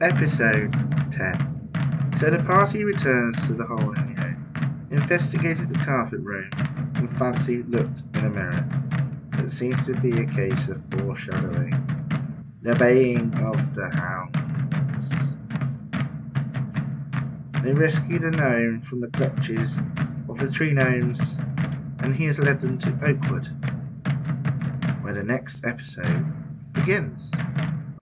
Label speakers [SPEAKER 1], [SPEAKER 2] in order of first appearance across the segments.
[SPEAKER 1] Episode 10. So the party returns to the hole in the oak, investigated the carpet room, and Fancy looked in a mirror. It seems to be a case of foreshadowing. The baying of the hounds. They rescued a gnome from the clutches of the tree gnomes, and he has led them to Oakwood, where the next episode begins.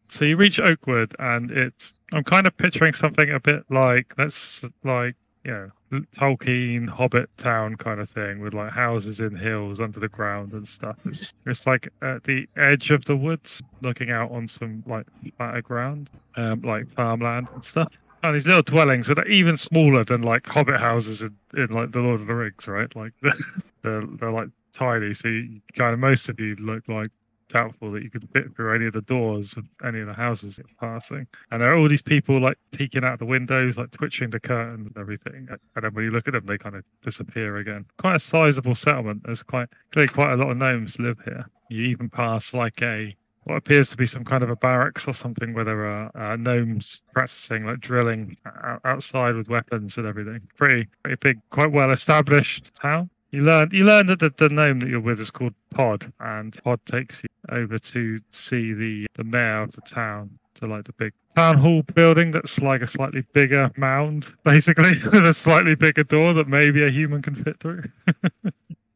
[SPEAKER 2] So you reach Oakwood, and it's I'm kind of picturing something a bit like that's like you know Tolkien Hobbit town kind of thing with like houses in hills under the ground and stuff. It's, it's like at the edge of the woods, looking out on some like flatter ground, um, like farmland and stuff. And these little dwellings, but they're even smaller than like Hobbit houses in, in like the Lord of the Rings, right? Like they're, they're, they're like tiny. So you, kind of most of you look like doubtful that you could fit through any of the doors of any of the houses you're passing. And there are all these people like peeking out the windows, like twitching the curtains and everything. And then when you look at them, they kind of disappear again. Quite a sizable settlement. There's quite clearly quite a lot of gnomes live here. You even pass like a what appears to be some kind of a barracks or something where there are uh, gnomes practicing like drilling o- outside with weapons and everything. Pretty, pretty big, quite well established town. You learn you learn that the, the gnome that you're with is called Pod, and Pod takes you over to see the the mayor of the town to like the big town hall building that's like a slightly bigger mound, basically, with a slightly bigger door that maybe a human can fit through.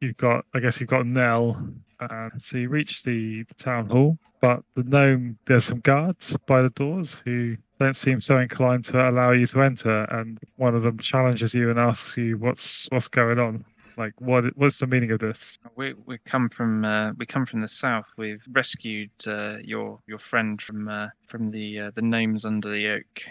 [SPEAKER 2] you've got, I guess, you've got Nell, and so you reach the, the town hall, but the gnome there's some guards by the doors who don't seem so inclined to allow you to enter, and one of them challenges you and asks you what's what's going on like what what's the meaning of this
[SPEAKER 3] We we come from uh, we come from the south. We've rescued uh, your your friend from uh, from the uh, the gnomes under the oak.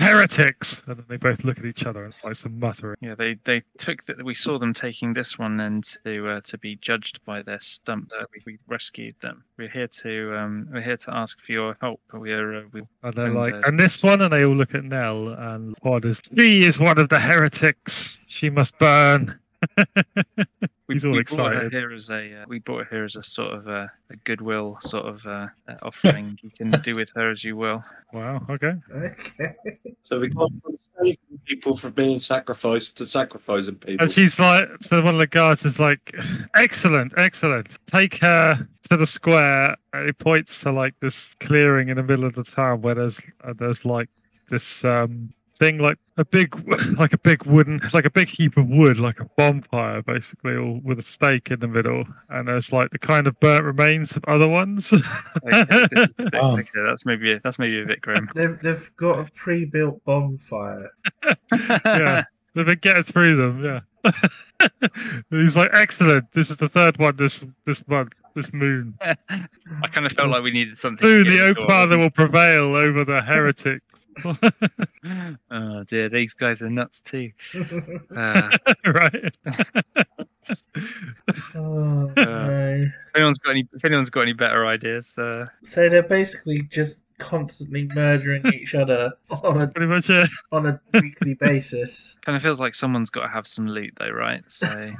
[SPEAKER 2] heretics and then they both look at each other and it's like some muttering
[SPEAKER 3] Yeah, they they took that. We saw them taking this one and to uh, to be judged by their stump. Uh, we, we rescued them. We're here to um we're here to ask for your help. We're uh, we
[SPEAKER 2] and they're
[SPEAKER 3] And
[SPEAKER 2] like
[SPEAKER 3] the-
[SPEAKER 2] and this one and they all look at nell and pod is she is one of the heretics she must burn
[SPEAKER 3] we,
[SPEAKER 2] He's all
[SPEAKER 3] we brought her
[SPEAKER 2] excited.
[SPEAKER 3] here as a uh, we brought her here as a sort of uh, a goodwill sort of uh, uh, offering. you can do with her as you will.
[SPEAKER 2] wow okay
[SPEAKER 1] Okay.
[SPEAKER 4] So we go from saving people from being sacrificed to sacrificing people.
[SPEAKER 2] and she's like so one of the guards is like excellent excellent take her to the square and it points to like this clearing in the middle of the town where there's uh, there's like this um thing like a big like a big wooden like a big heap of wood like a bonfire basically all with a stake in the middle and there's like the kind of burnt remains of other ones
[SPEAKER 3] Okay, this is a bit-
[SPEAKER 5] Wow.
[SPEAKER 3] okay, that's maybe that's maybe a bit grim.
[SPEAKER 1] They've, they've got a pre built bonfire.
[SPEAKER 2] Yeah. They've been getting through them, yeah. He's like, excellent. This is the third one this this month, this moon.
[SPEAKER 3] I kind of felt like we needed something. to
[SPEAKER 2] Soon
[SPEAKER 3] get
[SPEAKER 2] the
[SPEAKER 3] us
[SPEAKER 2] Oak
[SPEAKER 3] going.
[SPEAKER 2] Father will prevail over the heretics.
[SPEAKER 3] Oh dear, these guys are nuts too. Uh, if
[SPEAKER 2] right?
[SPEAKER 1] oh, no.
[SPEAKER 3] anyone's got any, if anyone's got any better ideas, uh,
[SPEAKER 1] So they're basically just constantly murdering each other on a,
[SPEAKER 2] Pretty much it.
[SPEAKER 1] on a weekly basis.
[SPEAKER 3] kind of feels like someone's got to have some loot though, right? So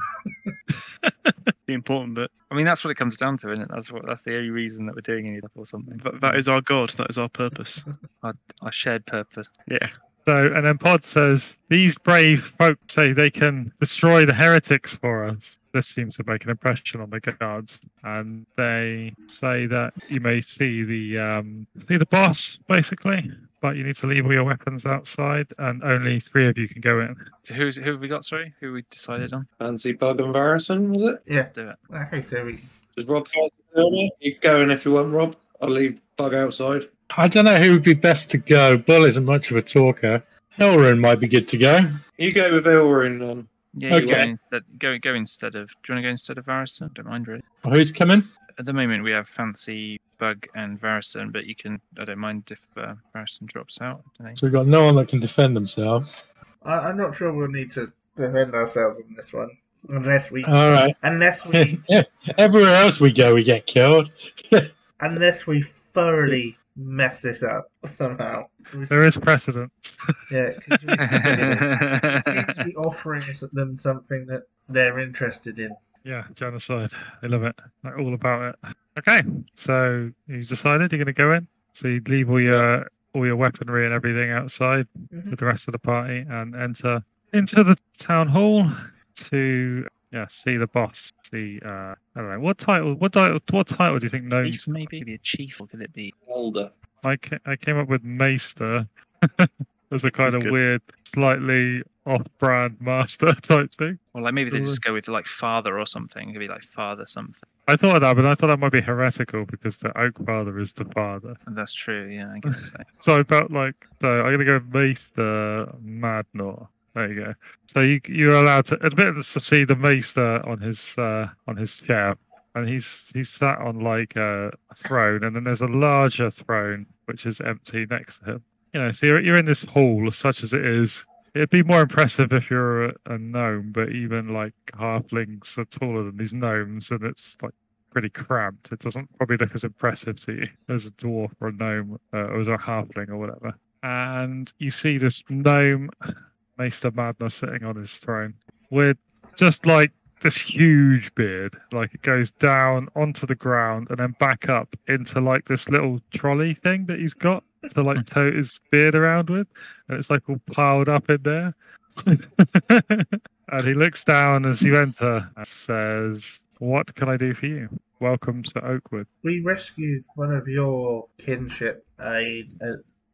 [SPEAKER 3] the important bit. I mean, that's what it comes down to, isn't it? That's what that's the only reason that we're doing any of that or something.
[SPEAKER 6] That, that is our God. That is our purpose.
[SPEAKER 3] our shared purpose.
[SPEAKER 6] Yeah.
[SPEAKER 2] So, and then Pod says, these brave folk say they can destroy the heretics for us. This seems to make an impression on the guards, and they say that you may see the um, see the boss basically, but you need to leave all your weapons outside, and only three of you can go in.
[SPEAKER 3] Who's who have we got? Sorry, who we decided on?
[SPEAKER 4] Fancy bug and Varison, was it?
[SPEAKER 1] Yeah.
[SPEAKER 3] Do it.
[SPEAKER 1] Okay, so we.
[SPEAKER 4] Is Rob Fancy down there? You go in if you want, Rob. I'll leave bug outside.
[SPEAKER 5] I don't know who would be best to go. Bull isn't much of a talker. Elrin might be good to go.
[SPEAKER 4] You go with Ilrin then.
[SPEAKER 3] Yeah, you
[SPEAKER 5] Okay.
[SPEAKER 3] go, instead, go go instead of. Do you want to go instead of Varison? Don't mind really.
[SPEAKER 5] Who's coming?
[SPEAKER 3] At the moment, we have Fancy Bug and Varison, but you can. I don't mind if uh, Varison drops out. I don't know.
[SPEAKER 5] So we've got no one that can defend themselves.
[SPEAKER 1] I, I'm not sure we'll need to defend ourselves on this one. Unless we.
[SPEAKER 5] All right.
[SPEAKER 1] Unless we.
[SPEAKER 5] Everywhere else we go, we get killed.
[SPEAKER 1] unless we thoroughly mess this up somehow.
[SPEAKER 2] There is precedent.
[SPEAKER 1] Yeah, 'cause we need to be offering them something that they're interested in.
[SPEAKER 2] Yeah, genocide. I love it. Like all about it. Okay, so you decided you're going to go in. So you leave all your all your weaponry and everything outside
[SPEAKER 7] Mhm.
[SPEAKER 2] with the rest of the party and enter into the town hall to yeah see the boss. See uh, I don't know what title. What title? What title do you think gnomes
[SPEAKER 3] Chief, maybe Could be a chief, or could it be?
[SPEAKER 4] Older.
[SPEAKER 2] I, ca- I came up with Maester as a kind
[SPEAKER 6] That's
[SPEAKER 2] of
[SPEAKER 6] good.
[SPEAKER 2] weird, slightly off-brand master type thing.
[SPEAKER 3] Or like maybe they
[SPEAKER 2] Ooh.
[SPEAKER 3] just go with like father or something. It could be like father something.
[SPEAKER 2] I thought of that, but I thought that might be heretical because the Oak Father is the father.
[SPEAKER 3] And that's true. Yeah, I guess so.
[SPEAKER 2] So I felt like so I'm gonna go Maester Madnor. There you go. So you you're allowed to admit us to see the Maester on his uh, on his chair, and he's he's sat on like a throne, and then there's a larger throne which is empty next to him. You know, so you're you're in this hall such as it is. It'd be more impressive if you're a, a gnome, but even like halflings are taller than these gnomes, and it's like pretty cramped. It doesn't probably look as impressive to you as a dwarf or a gnome uh, or as a halfling or whatever. And you see this gnome, Maester Madness, sitting on his throne with just like this huge beard. Like it goes down onto the ground and then back up into like this little trolley thing that he's got to like tote his beard around with. And it's like all piled up in there. and he looks down as you enter and says, What can I do for you? Welcome to Oakwood.
[SPEAKER 1] We rescued one of your kinship, a a,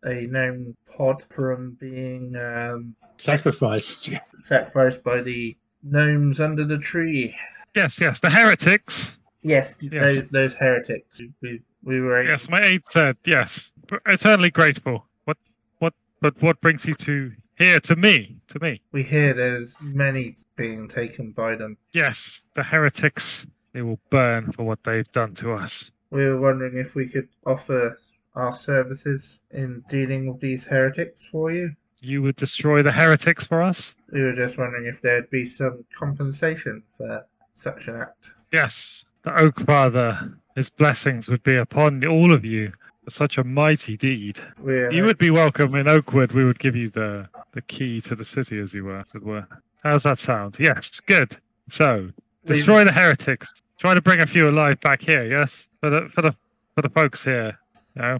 [SPEAKER 1] a known pod, from being um,
[SPEAKER 5] Sacrificed you.
[SPEAKER 1] sacrificed by the gnomes under the tree.
[SPEAKER 2] Yes, yes, the heretics.
[SPEAKER 1] Yes,
[SPEAKER 2] Yes.
[SPEAKER 1] Those, those heretics. We, we were
[SPEAKER 2] Yes, my aide said, Yes. Eternally grateful. What, what, but what brings you to here to me? To me.
[SPEAKER 1] we hear there's many being taken by them.
[SPEAKER 2] Yes, the heretics. They will burn for what they've done to us.
[SPEAKER 1] We were wondering if we could offer our services in dealing with these heretics for you.
[SPEAKER 2] You would destroy the heretics for us?
[SPEAKER 1] We were just wondering if there'd be some compensation for such an act.
[SPEAKER 2] Yes, the Oak Father, his blessings would be upon all of you for such a mighty deed.
[SPEAKER 1] We're
[SPEAKER 2] You would be welcome in Oakwood. We would give you the, the key to the city, as you were, as it were. How's that sound? Yes, good. So,
[SPEAKER 1] we-
[SPEAKER 2] destroy the heretics. Try to bring a few alive back here. Yes, for the for the for the folks here. You know,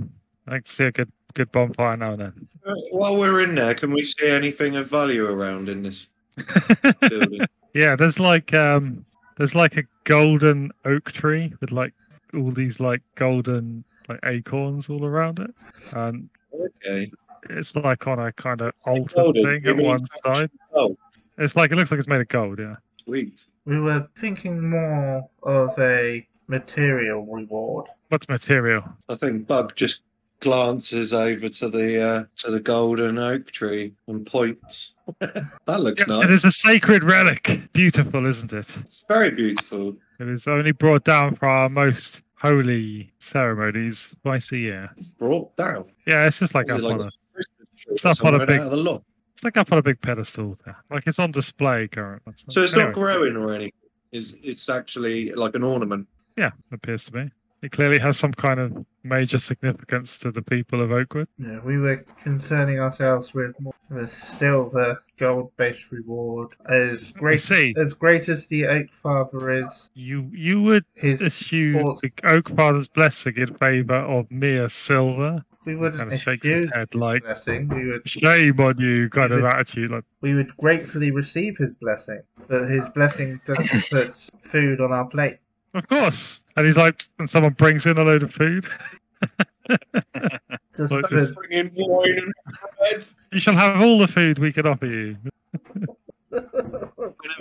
[SPEAKER 2] I can see a good good bonfire now and then.
[SPEAKER 4] Uh, While we're in there, can we see anything of value around in this building?
[SPEAKER 2] Yeah, there's like um there's like a golden oak tree with like all these like golden like acorns all around it. And
[SPEAKER 4] okay.
[SPEAKER 2] it's like on a kind of altar
[SPEAKER 4] Golden,
[SPEAKER 2] thing
[SPEAKER 4] you
[SPEAKER 2] at
[SPEAKER 4] mean
[SPEAKER 2] one
[SPEAKER 4] golden.
[SPEAKER 2] side.
[SPEAKER 4] Oh,
[SPEAKER 2] It's like it looks like it's made of gold, yeah.
[SPEAKER 4] sweet.
[SPEAKER 1] We were thinking more of a material reward.
[SPEAKER 2] What's material?
[SPEAKER 4] I think Bug just glances over to the uh, to the golden oak tree and points. that looks
[SPEAKER 2] Yes,
[SPEAKER 4] nice.
[SPEAKER 2] it is a sacred relic. Beautiful, isn't it?
[SPEAKER 4] It's very beautiful.
[SPEAKER 2] It is only brought down for our most holy ceremonies twice a year.
[SPEAKER 4] Brought down.
[SPEAKER 2] Yeah, it's just like
[SPEAKER 4] Is
[SPEAKER 2] up
[SPEAKER 4] it like
[SPEAKER 2] on a
[SPEAKER 4] a Christmas tree or
[SPEAKER 2] It's up on a
[SPEAKER 4] somewhere
[SPEAKER 2] big-
[SPEAKER 4] out of the lot.
[SPEAKER 2] it's like up on a big pedestal there. Like it's on display currently.
[SPEAKER 4] So it's
[SPEAKER 2] Anyway.
[SPEAKER 4] not growing or anything. It's, it's actually like an ornament.
[SPEAKER 2] Yeah, appears to be. It clearly has some kind of major significance to the people of Oakwood.
[SPEAKER 1] No, we were concerning ourselves with more of a silver gold based reward. As
[SPEAKER 2] I
[SPEAKER 1] great
[SPEAKER 2] see.
[SPEAKER 1] as great as the Oak Father is,
[SPEAKER 2] You you would
[SPEAKER 1] his
[SPEAKER 2] assume
[SPEAKER 1] Or-
[SPEAKER 2] the Oak Father's blessing in favour of mere silver.
[SPEAKER 1] we
[SPEAKER 2] kind
[SPEAKER 1] wouldn't
[SPEAKER 2] of shakes his
[SPEAKER 1] eschew
[SPEAKER 2] head like
[SPEAKER 1] blessing. We would
[SPEAKER 2] shame on you kind of
[SPEAKER 1] Yeah.
[SPEAKER 2] attitude. Like
[SPEAKER 1] we would gratefully receive his blessing, but his blessing doesn't put food on our plate.
[SPEAKER 2] of course. And he's like and someone brings in a load of food.
[SPEAKER 1] Doesn't put
[SPEAKER 2] Like this.
[SPEAKER 4] Bringing wine and bread.
[SPEAKER 2] You shall have all the food we can offer you.
[SPEAKER 4] Whenever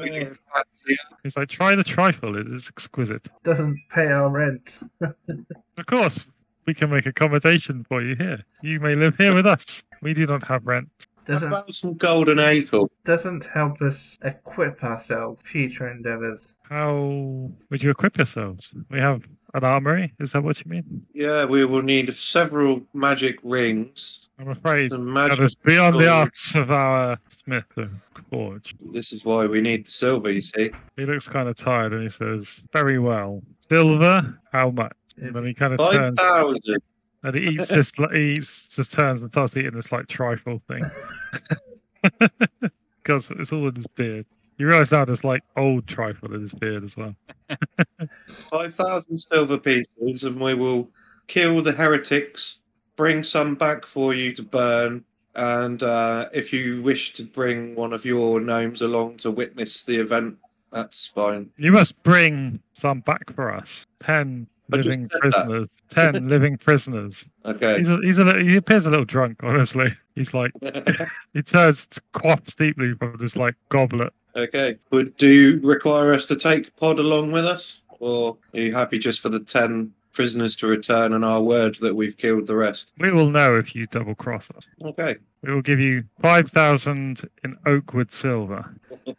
[SPEAKER 4] you get fancy.
[SPEAKER 2] He's like, try the trifle, it is exquisite.
[SPEAKER 1] doesn't pay our rent.
[SPEAKER 2] Of course, we can make accommodation for you here. You may live here with us. We do not have rent.
[SPEAKER 4] How
[SPEAKER 1] Doesn't
[SPEAKER 4] about some golden acorn?
[SPEAKER 1] doesn't help us equip ourselves for future endeavors.
[SPEAKER 2] How would you equip yourselves? We have an armory. Is that what you mean?
[SPEAKER 4] Yeah, we will need several magic rings.
[SPEAKER 2] I'm afraid
[SPEAKER 4] Some
[SPEAKER 2] that
[SPEAKER 4] magic.
[SPEAKER 2] is beyond the
[SPEAKER 4] Oh.
[SPEAKER 2] arts of our smith and forge.
[SPEAKER 4] This is why we need the silver. You see,
[SPEAKER 2] He looks kind of tired and he says, "Very well, silver. How much?" And then he kind of
[SPEAKER 4] five
[SPEAKER 2] turns
[SPEAKER 4] thousand.
[SPEAKER 2] and he eats this. He eats, just turns and starts eating this like trifle thing because it's all in his beard. You realise now there's like old trifle in his beard as well.
[SPEAKER 4] Five thousand silver pieces, and we will kill the heretics, bring some back for you to burn. And uh, if you wish to bring one of your gnomes along to witness the event, that's fine.
[SPEAKER 2] You must bring some back for us. Ten
[SPEAKER 4] I just
[SPEAKER 2] living
[SPEAKER 4] said that.
[SPEAKER 2] prisoners. Ten living prisoners.
[SPEAKER 4] Okay.
[SPEAKER 2] He's a, he's a, li- he appears a little drunk, honestly. He's like, he turns, quaffs deeply from this like goblet.
[SPEAKER 4] okay. Would do you require us to take Pod along with us, or are you happy just for the ten prisoners to return and our word that we've killed the rest?
[SPEAKER 2] We will know if you double cross us.
[SPEAKER 4] Okay.
[SPEAKER 2] We will give you 5,000 in Oakwood silver.
[SPEAKER 1] How's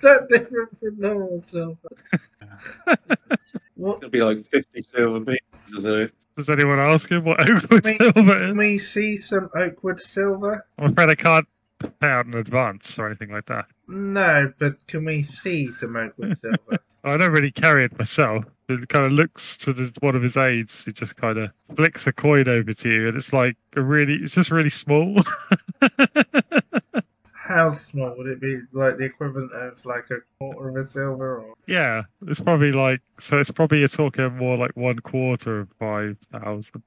[SPEAKER 1] that different from normal silver? what
[SPEAKER 4] It'll be like fifty silver pieces. though.
[SPEAKER 2] Does anyone ask him what Oakwood
[SPEAKER 1] Wait,
[SPEAKER 2] silver
[SPEAKER 1] can
[SPEAKER 2] is?
[SPEAKER 1] we see some Oakwood silver?
[SPEAKER 2] I'm afraid I can't pay out in advance or anything like that.
[SPEAKER 1] No, but can we see some Oakwood silver?
[SPEAKER 2] I don't really carry it myself. It kind of looks to the, one of his aides who just kind of flicks a coin over to you, and it's like a really, it's just really small.
[SPEAKER 1] How small would it be? Like the equivalent of like a quarter of a silver, or
[SPEAKER 2] yeah, it's probably like, so it's probably you're talking more like one quarter of 5,000,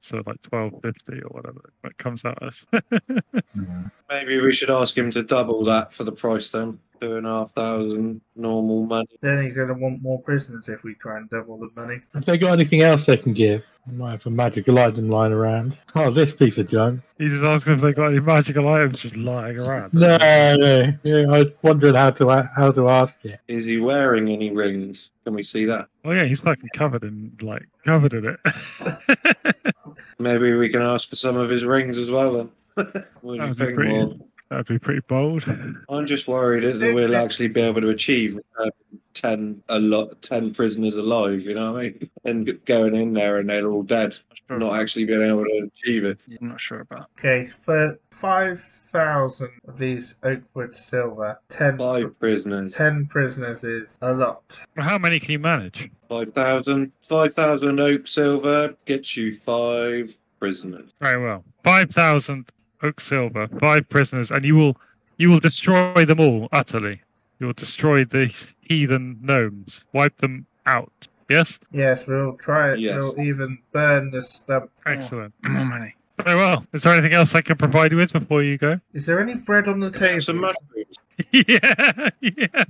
[SPEAKER 2] so like 1250 or whatever it comes out as.
[SPEAKER 4] Maybe we should ask him to double that for the price then. Two and a half thousand normal money.
[SPEAKER 1] then he's going to want more prisoners if we try and double the money.
[SPEAKER 5] Have they got anything else they can give? They might have a magical item lying around. Oh, this piece of junk.
[SPEAKER 2] He's just asking if they got any magical items just lying around.
[SPEAKER 5] No, no. Yeah, I was wondering how to a- how to ask it.
[SPEAKER 4] Is he wearing any rings? Can we see that?
[SPEAKER 2] Oh yeah, he's fucking covered in like covered in it.
[SPEAKER 4] Maybe we can ask for some of his rings as well then. what do you
[SPEAKER 2] That'd be
[SPEAKER 4] think,
[SPEAKER 2] pretty-
[SPEAKER 4] Morg?
[SPEAKER 2] That'd be pretty bold.
[SPEAKER 4] I'm just worried that we'll actually be able to achieve uh, ten a lot, ten prisoners alive. You know what I mean? And going in there and they're all dead,
[SPEAKER 3] I'm
[SPEAKER 4] not actually being able to achieve it.
[SPEAKER 3] Yeah, I'm not sure about.
[SPEAKER 1] Okay, for five thousand of these Oakwood silver, ten
[SPEAKER 4] Five prisoners,
[SPEAKER 1] 10 prisoners is a lot.
[SPEAKER 2] How many can you manage?
[SPEAKER 4] five thousand, five thousand oak silver gets you five prisoners.
[SPEAKER 2] Very well. Five thousand oak silver, five prisoners, and you will you will destroy them all utterly. You will destroy these heathen gnomes. Wipe them out. Yes?
[SPEAKER 1] Yes, we'll try it.
[SPEAKER 4] Yes.
[SPEAKER 1] We'll even burn the stump.
[SPEAKER 2] Excellent.
[SPEAKER 3] More money.
[SPEAKER 2] Very well. Is there anything else I can provide you with before you go?
[SPEAKER 1] Is there any bread on the table?
[SPEAKER 4] Some mushrooms.
[SPEAKER 2] yeah, yeah.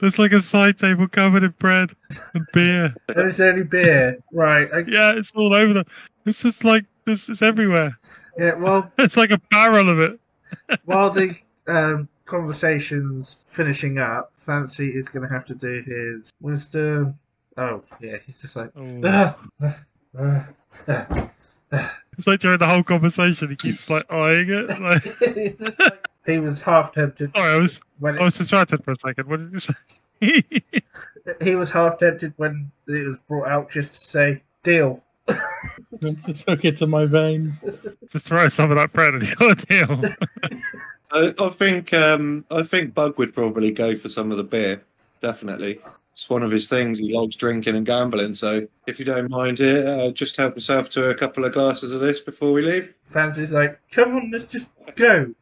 [SPEAKER 2] There's like a side table covered in bread and beer.
[SPEAKER 1] Oh, is there any beer? right. Okay.
[SPEAKER 2] Yeah, it's all over the. It's just like this. It's everywhere.
[SPEAKER 1] Yeah. Well,
[SPEAKER 2] It's like a barrel of it.
[SPEAKER 1] while the um, conversation's finishing up, Fancy is going to have to do his wisdom. Oh, yeah. He's just like. "Ah, ah, ah, ah."
[SPEAKER 2] It's like during the whole conversation, he keeps like eyeing it. Like,
[SPEAKER 1] He's just like- he was half tempted
[SPEAKER 2] sorry, I was
[SPEAKER 1] when
[SPEAKER 2] I
[SPEAKER 1] it,
[SPEAKER 2] was distracted for a second. What did you say?
[SPEAKER 1] he was half tempted when it was brought out just to say deal.
[SPEAKER 5] Took it to my veins.
[SPEAKER 2] Just throw some of that bread at your deal.
[SPEAKER 4] I, I think um, I think Bug would probably go for some of the beer. Definitely, it's one of his things. He likes drinking and gambling. So if you don't mind it, uh, just help yourself to a couple of glasses of this before we leave.
[SPEAKER 1] Fancy's like, come on, let's just go.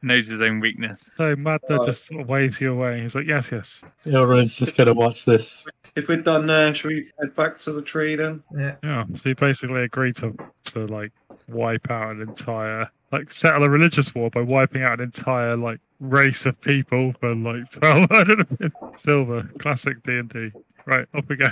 [SPEAKER 3] Knows his own weakness.
[SPEAKER 2] So Madna
[SPEAKER 4] Right.
[SPEAKER 2] just sort of waves you away. He's like, yes, yes.
[SPEAKER 5] Everyone's just going to watch this.
[SPEAKER 4] If we're done there, should we head back to the tree then?
[SPEAKER 1] Yeah.
[SPEAKER 2] Yeah. So you basically agree to to like wipe out an entire like settle a religious war by wiping out an entire like race of people for like twelve hundred silver. Classic D and D. Right, off we go.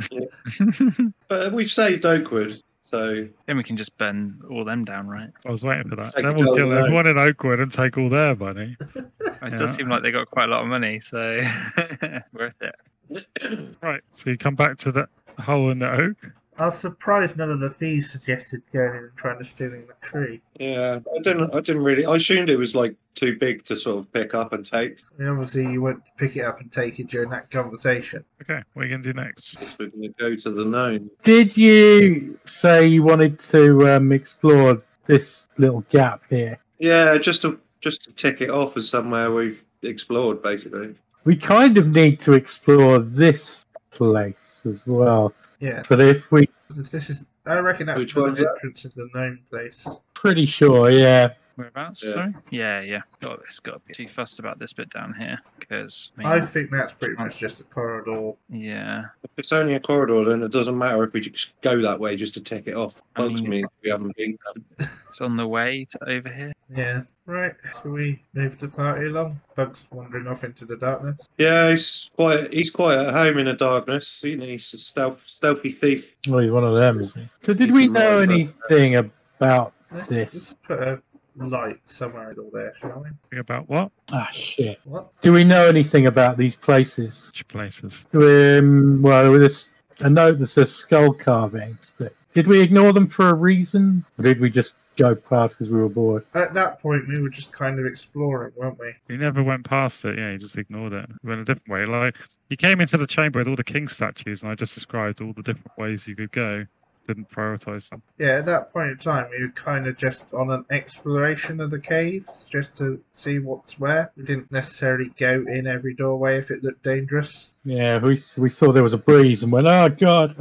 [SPEAKER 4] But we've saved Oakwood, so
[SPEAKER 3] Then we can just burn all them down, right?
[SPEAKER 2] I was waiting for that.
[SPEAKER 4] Take
[SPEAKER 2] then
[SPEAKER 4] it
[SPEAKER 2] we'll
[SPEAKER 4] all
[SPEAKER 2] kill
[SPEAKER 4] away.
[SPEAKER 2] everyone in Oakwood and take all their money.
[SPEAKER 3] It
[SPEAKER 2] Yeah.
[SPEAKER 3] does seem like they got quite a lot of money, so worth it.
[SPEAKER 2] Right. So you come back to the hole in the oak.
[SPEAKER 1] I was surprised none of the thieves suggested going in and trying to stealing the tree.
[SPEAKER 4] yeah, I didn't. I didn't really. I assumed it was like too big to sort of pick up and take.
[SPEAKER 1] I mean, obviously, you won't pick it up and take it during that conversation.
[SPEAKER 2] Okay, what are you gonna do next?
[SPEAKER 4] Guess We're going to go to the gnome.
[SPEAKER 5] Did you say you wanted to um, explore this little gap here?
[SPEAKER 4] Yeah, just to just to tick it off as somewhere we've explored, basically.
[SPEAKER 5] We kind of need to explore this place as well.
[SPEAKER 1] Yeah,
[SPEAKER 5] But if we
[SPEAKER 1] this is. I reckon that's
[SPEAKER 4] Which
[SPEAKER 1] where
[SPEAKER 4] one's
[SPEAKER 1] the
[SPEAKER 4] that?
[SPEAKER 1] entrance is the known place.
[SPEAKER 5] pretty sure, yeah.
[SPEAKER 3] Whereabouts?
[SPEAKER 4] Yeah.
[SPEAKER 3] Sorry. Yeah, yeah. Got it's got to be too fussed about this bit down here because
[SPEAKER 1] I think that's pretty much just a corridor.
[SPEAKER 3] yeah.
[SPEAKER 4] If it's only a corridor, then it doesn't matter if we just go that way just to tick it off.
[SPEAKER 3] I
[SPEAKER 4] Bugs
[SPEAKER 3] mean,
[SPEAKER 4] me
[SPEAKER 3] it's-
[SPEAKER 4] if we haven't been there.
[SPEAKER 3] It's on the way to over here.
[SPEAKER 1] Yeah. Right. Shall we move the party along? Bugs wandering off into the darkness.
[SPEAKER 4] Yeah, he's quite he's quite at home in the darkness. He- He's a stealth, stealthy thief.
[SPEAKER 5] Well, he's one of them, isn't he? So, did
[SPEAKER 4] He's
[SPEAKER 5] we
[SPEAKER 4] a
[SPEAKER 5] know
[SPEAKER 4] murderer.
[SPEAKER 5] anything about
[SPEAKER 1] Let's
[SPEAKER 5] This.
[SPEAKER 1] just put a light somewhere in all there, shall we?
[SPEAKER 2] Think about what?
[SPEAKER 5] ah shit?
[SPEAKER 1] What?
[SPEAKER 5] Do we know anything about these places?
[SPEAKER 2] Which places?
[SPEAKER 5] Um, well, there was this, a note that says skull carvings, but did we ignore them for a reason? Or did we just go past because we were bored?
[SPEAKER 1] At that point, we were just kind of exploring, weren't we?
[SPEAKER 2] He never went past it. Yeah, he just ignored it. He went a different way. Like he came into the chamber with all the king statues, and I just described all the different ways you could go. Didn't prioritize them.
[SPEAKER 1] Yeah. At that point in time, we were kind of just on an exploration of the caves, just to see what's where. We didn't necessarily go in every doorway if it looked dangerous.
[SPEAKER 5] Yeah, we, s- we saw there was a breeze and went, oh god,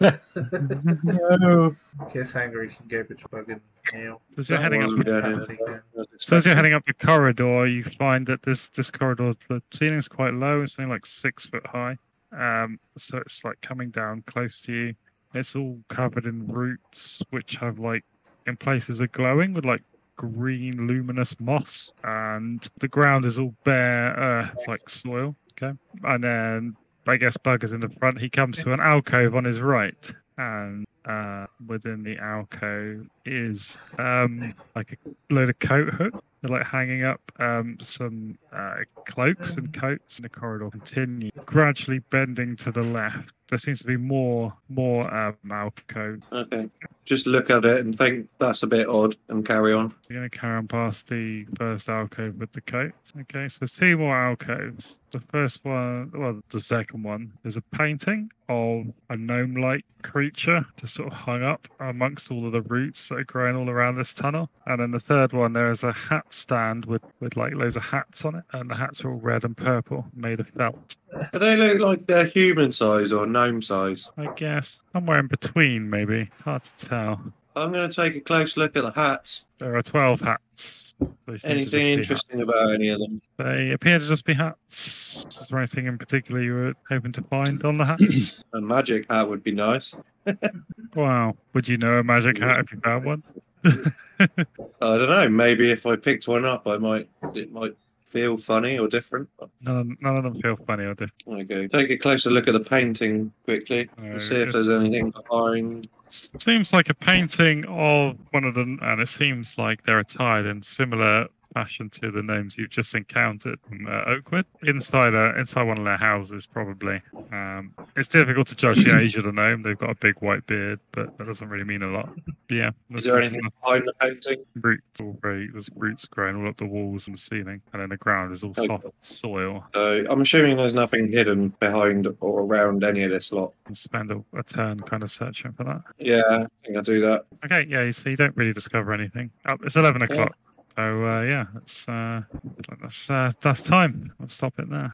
[SPEAKER 5] no.
[SPEAKER 1] Guess Angry can go between Bug and Neil.
[SPEAKER 2] So as you're
[SPEAKER 4] That
[SPEAKER 2] heading up,
[SPEAKER 4] wasn't
[SPEAKER 2] the-
[SPEAKER 4] good,
[SPEAKER 1] Yeah.
[SPEAKER 4] is it?
[SPEAKER 2] so as you're heading up the corridor, you find that this this corridor, the ceiling's quite low. It's only like six foot high. Um, so it's like coming down close to you. It's all covered in roots, which have like in places are glowing with like green luminous moss, and the ground is all bare, uh, like soil. Okay, and then I guess Bug is in the front. He comes to an alcove on his right, and uh, within the alcove is um, like a load of coat hooks. They're like hanging up um, some uh, cloaks and coats, and the corridor continues, gradually bending to the left. There seems to be more, more um, alcove.
[SPEAKER 4] Okay. Just look at it and think that's a bit odd and carry on.
[SPEAKER 2] You're going to carry on past the first alcove with the coats. Okay, so there's two more alcoves. The first one, well, the second one, there's a painting of a gnome like creature just sort of hung up amongst all of the roots that are growing all around this tunnel. And then the third one, there is a hat stand with, with like loads of hats on it. And the hats are all red and purple, made of felt.
[SPEAKER 4] Do they look like they're human size or gnome size?
[SPEAKER 2] I guess somewhere in between, maybe. Hard to tell.
[SPEAKER 4] I'm going to take a close look at the hats.
[SPEAKER 2] There are 12 hats. They seem to just
[SPEAKER 4] Anything
[SPEAKER 2] be
[SPEAKER 4] interesting
[SPEAKER 2] hats.
[SPEAKER 4] about any of them?
[SPEAKER 2] They appear to just be hats. Is there anything in particular you were hoping to find on the hats?
[SPEAKER 4] A magic hat would be nice.
[SPEAKER 2] wow. Would you know a magic hat if you found one?
[SPEAKER 4] I don't know. Maybe if I picked one up, I might. It might feel funny or different.
[SPEAKER 2] None, none of them feel funny or different.
[SPEAKER 4] Okay. Take a closer look at the painting quickly.
[SPEAKER 2] No,
[SPEAKER 4] and see if
[SPEAKER 2] it's-
[SPEAKER 4] there's anything behind.
[SPEAKER 2] Uh, It seems like a painting of one of them, and it seems like they're attired in similar fashion to the gnomes you've just encountered from uh, Oakwood. Inside, a, inside one of their houses, probably. Um, it's difficult to judge the age of the gnome. They've got a big white beard, but that doesn't really mean a lot. But yeah.
[SPEAKER 4] Is
[SPEAKER 2] that's-
[SPEAKER 4] there anything behind the painting?
[SPEAKER 2] roots all very there's roots growing all up the walls and the ceiling and then the ground is all
[SPEAKER 4] Okay.
[SPEAKER 2] soft soil
[SPEAKER 4] So I'm assuming there's nothing hidden behind or around any of this lot.
[SPEAKER 2] and spend a, a turn kind of searching for that
[SPEAKER 4] Yeah, I think I'll do that.
[SPEAKER 2] okay yeah so you don't really discover anything oh, it's 11 o'clock so uh, yeah that's uh, that's uh, that's time let's stop it there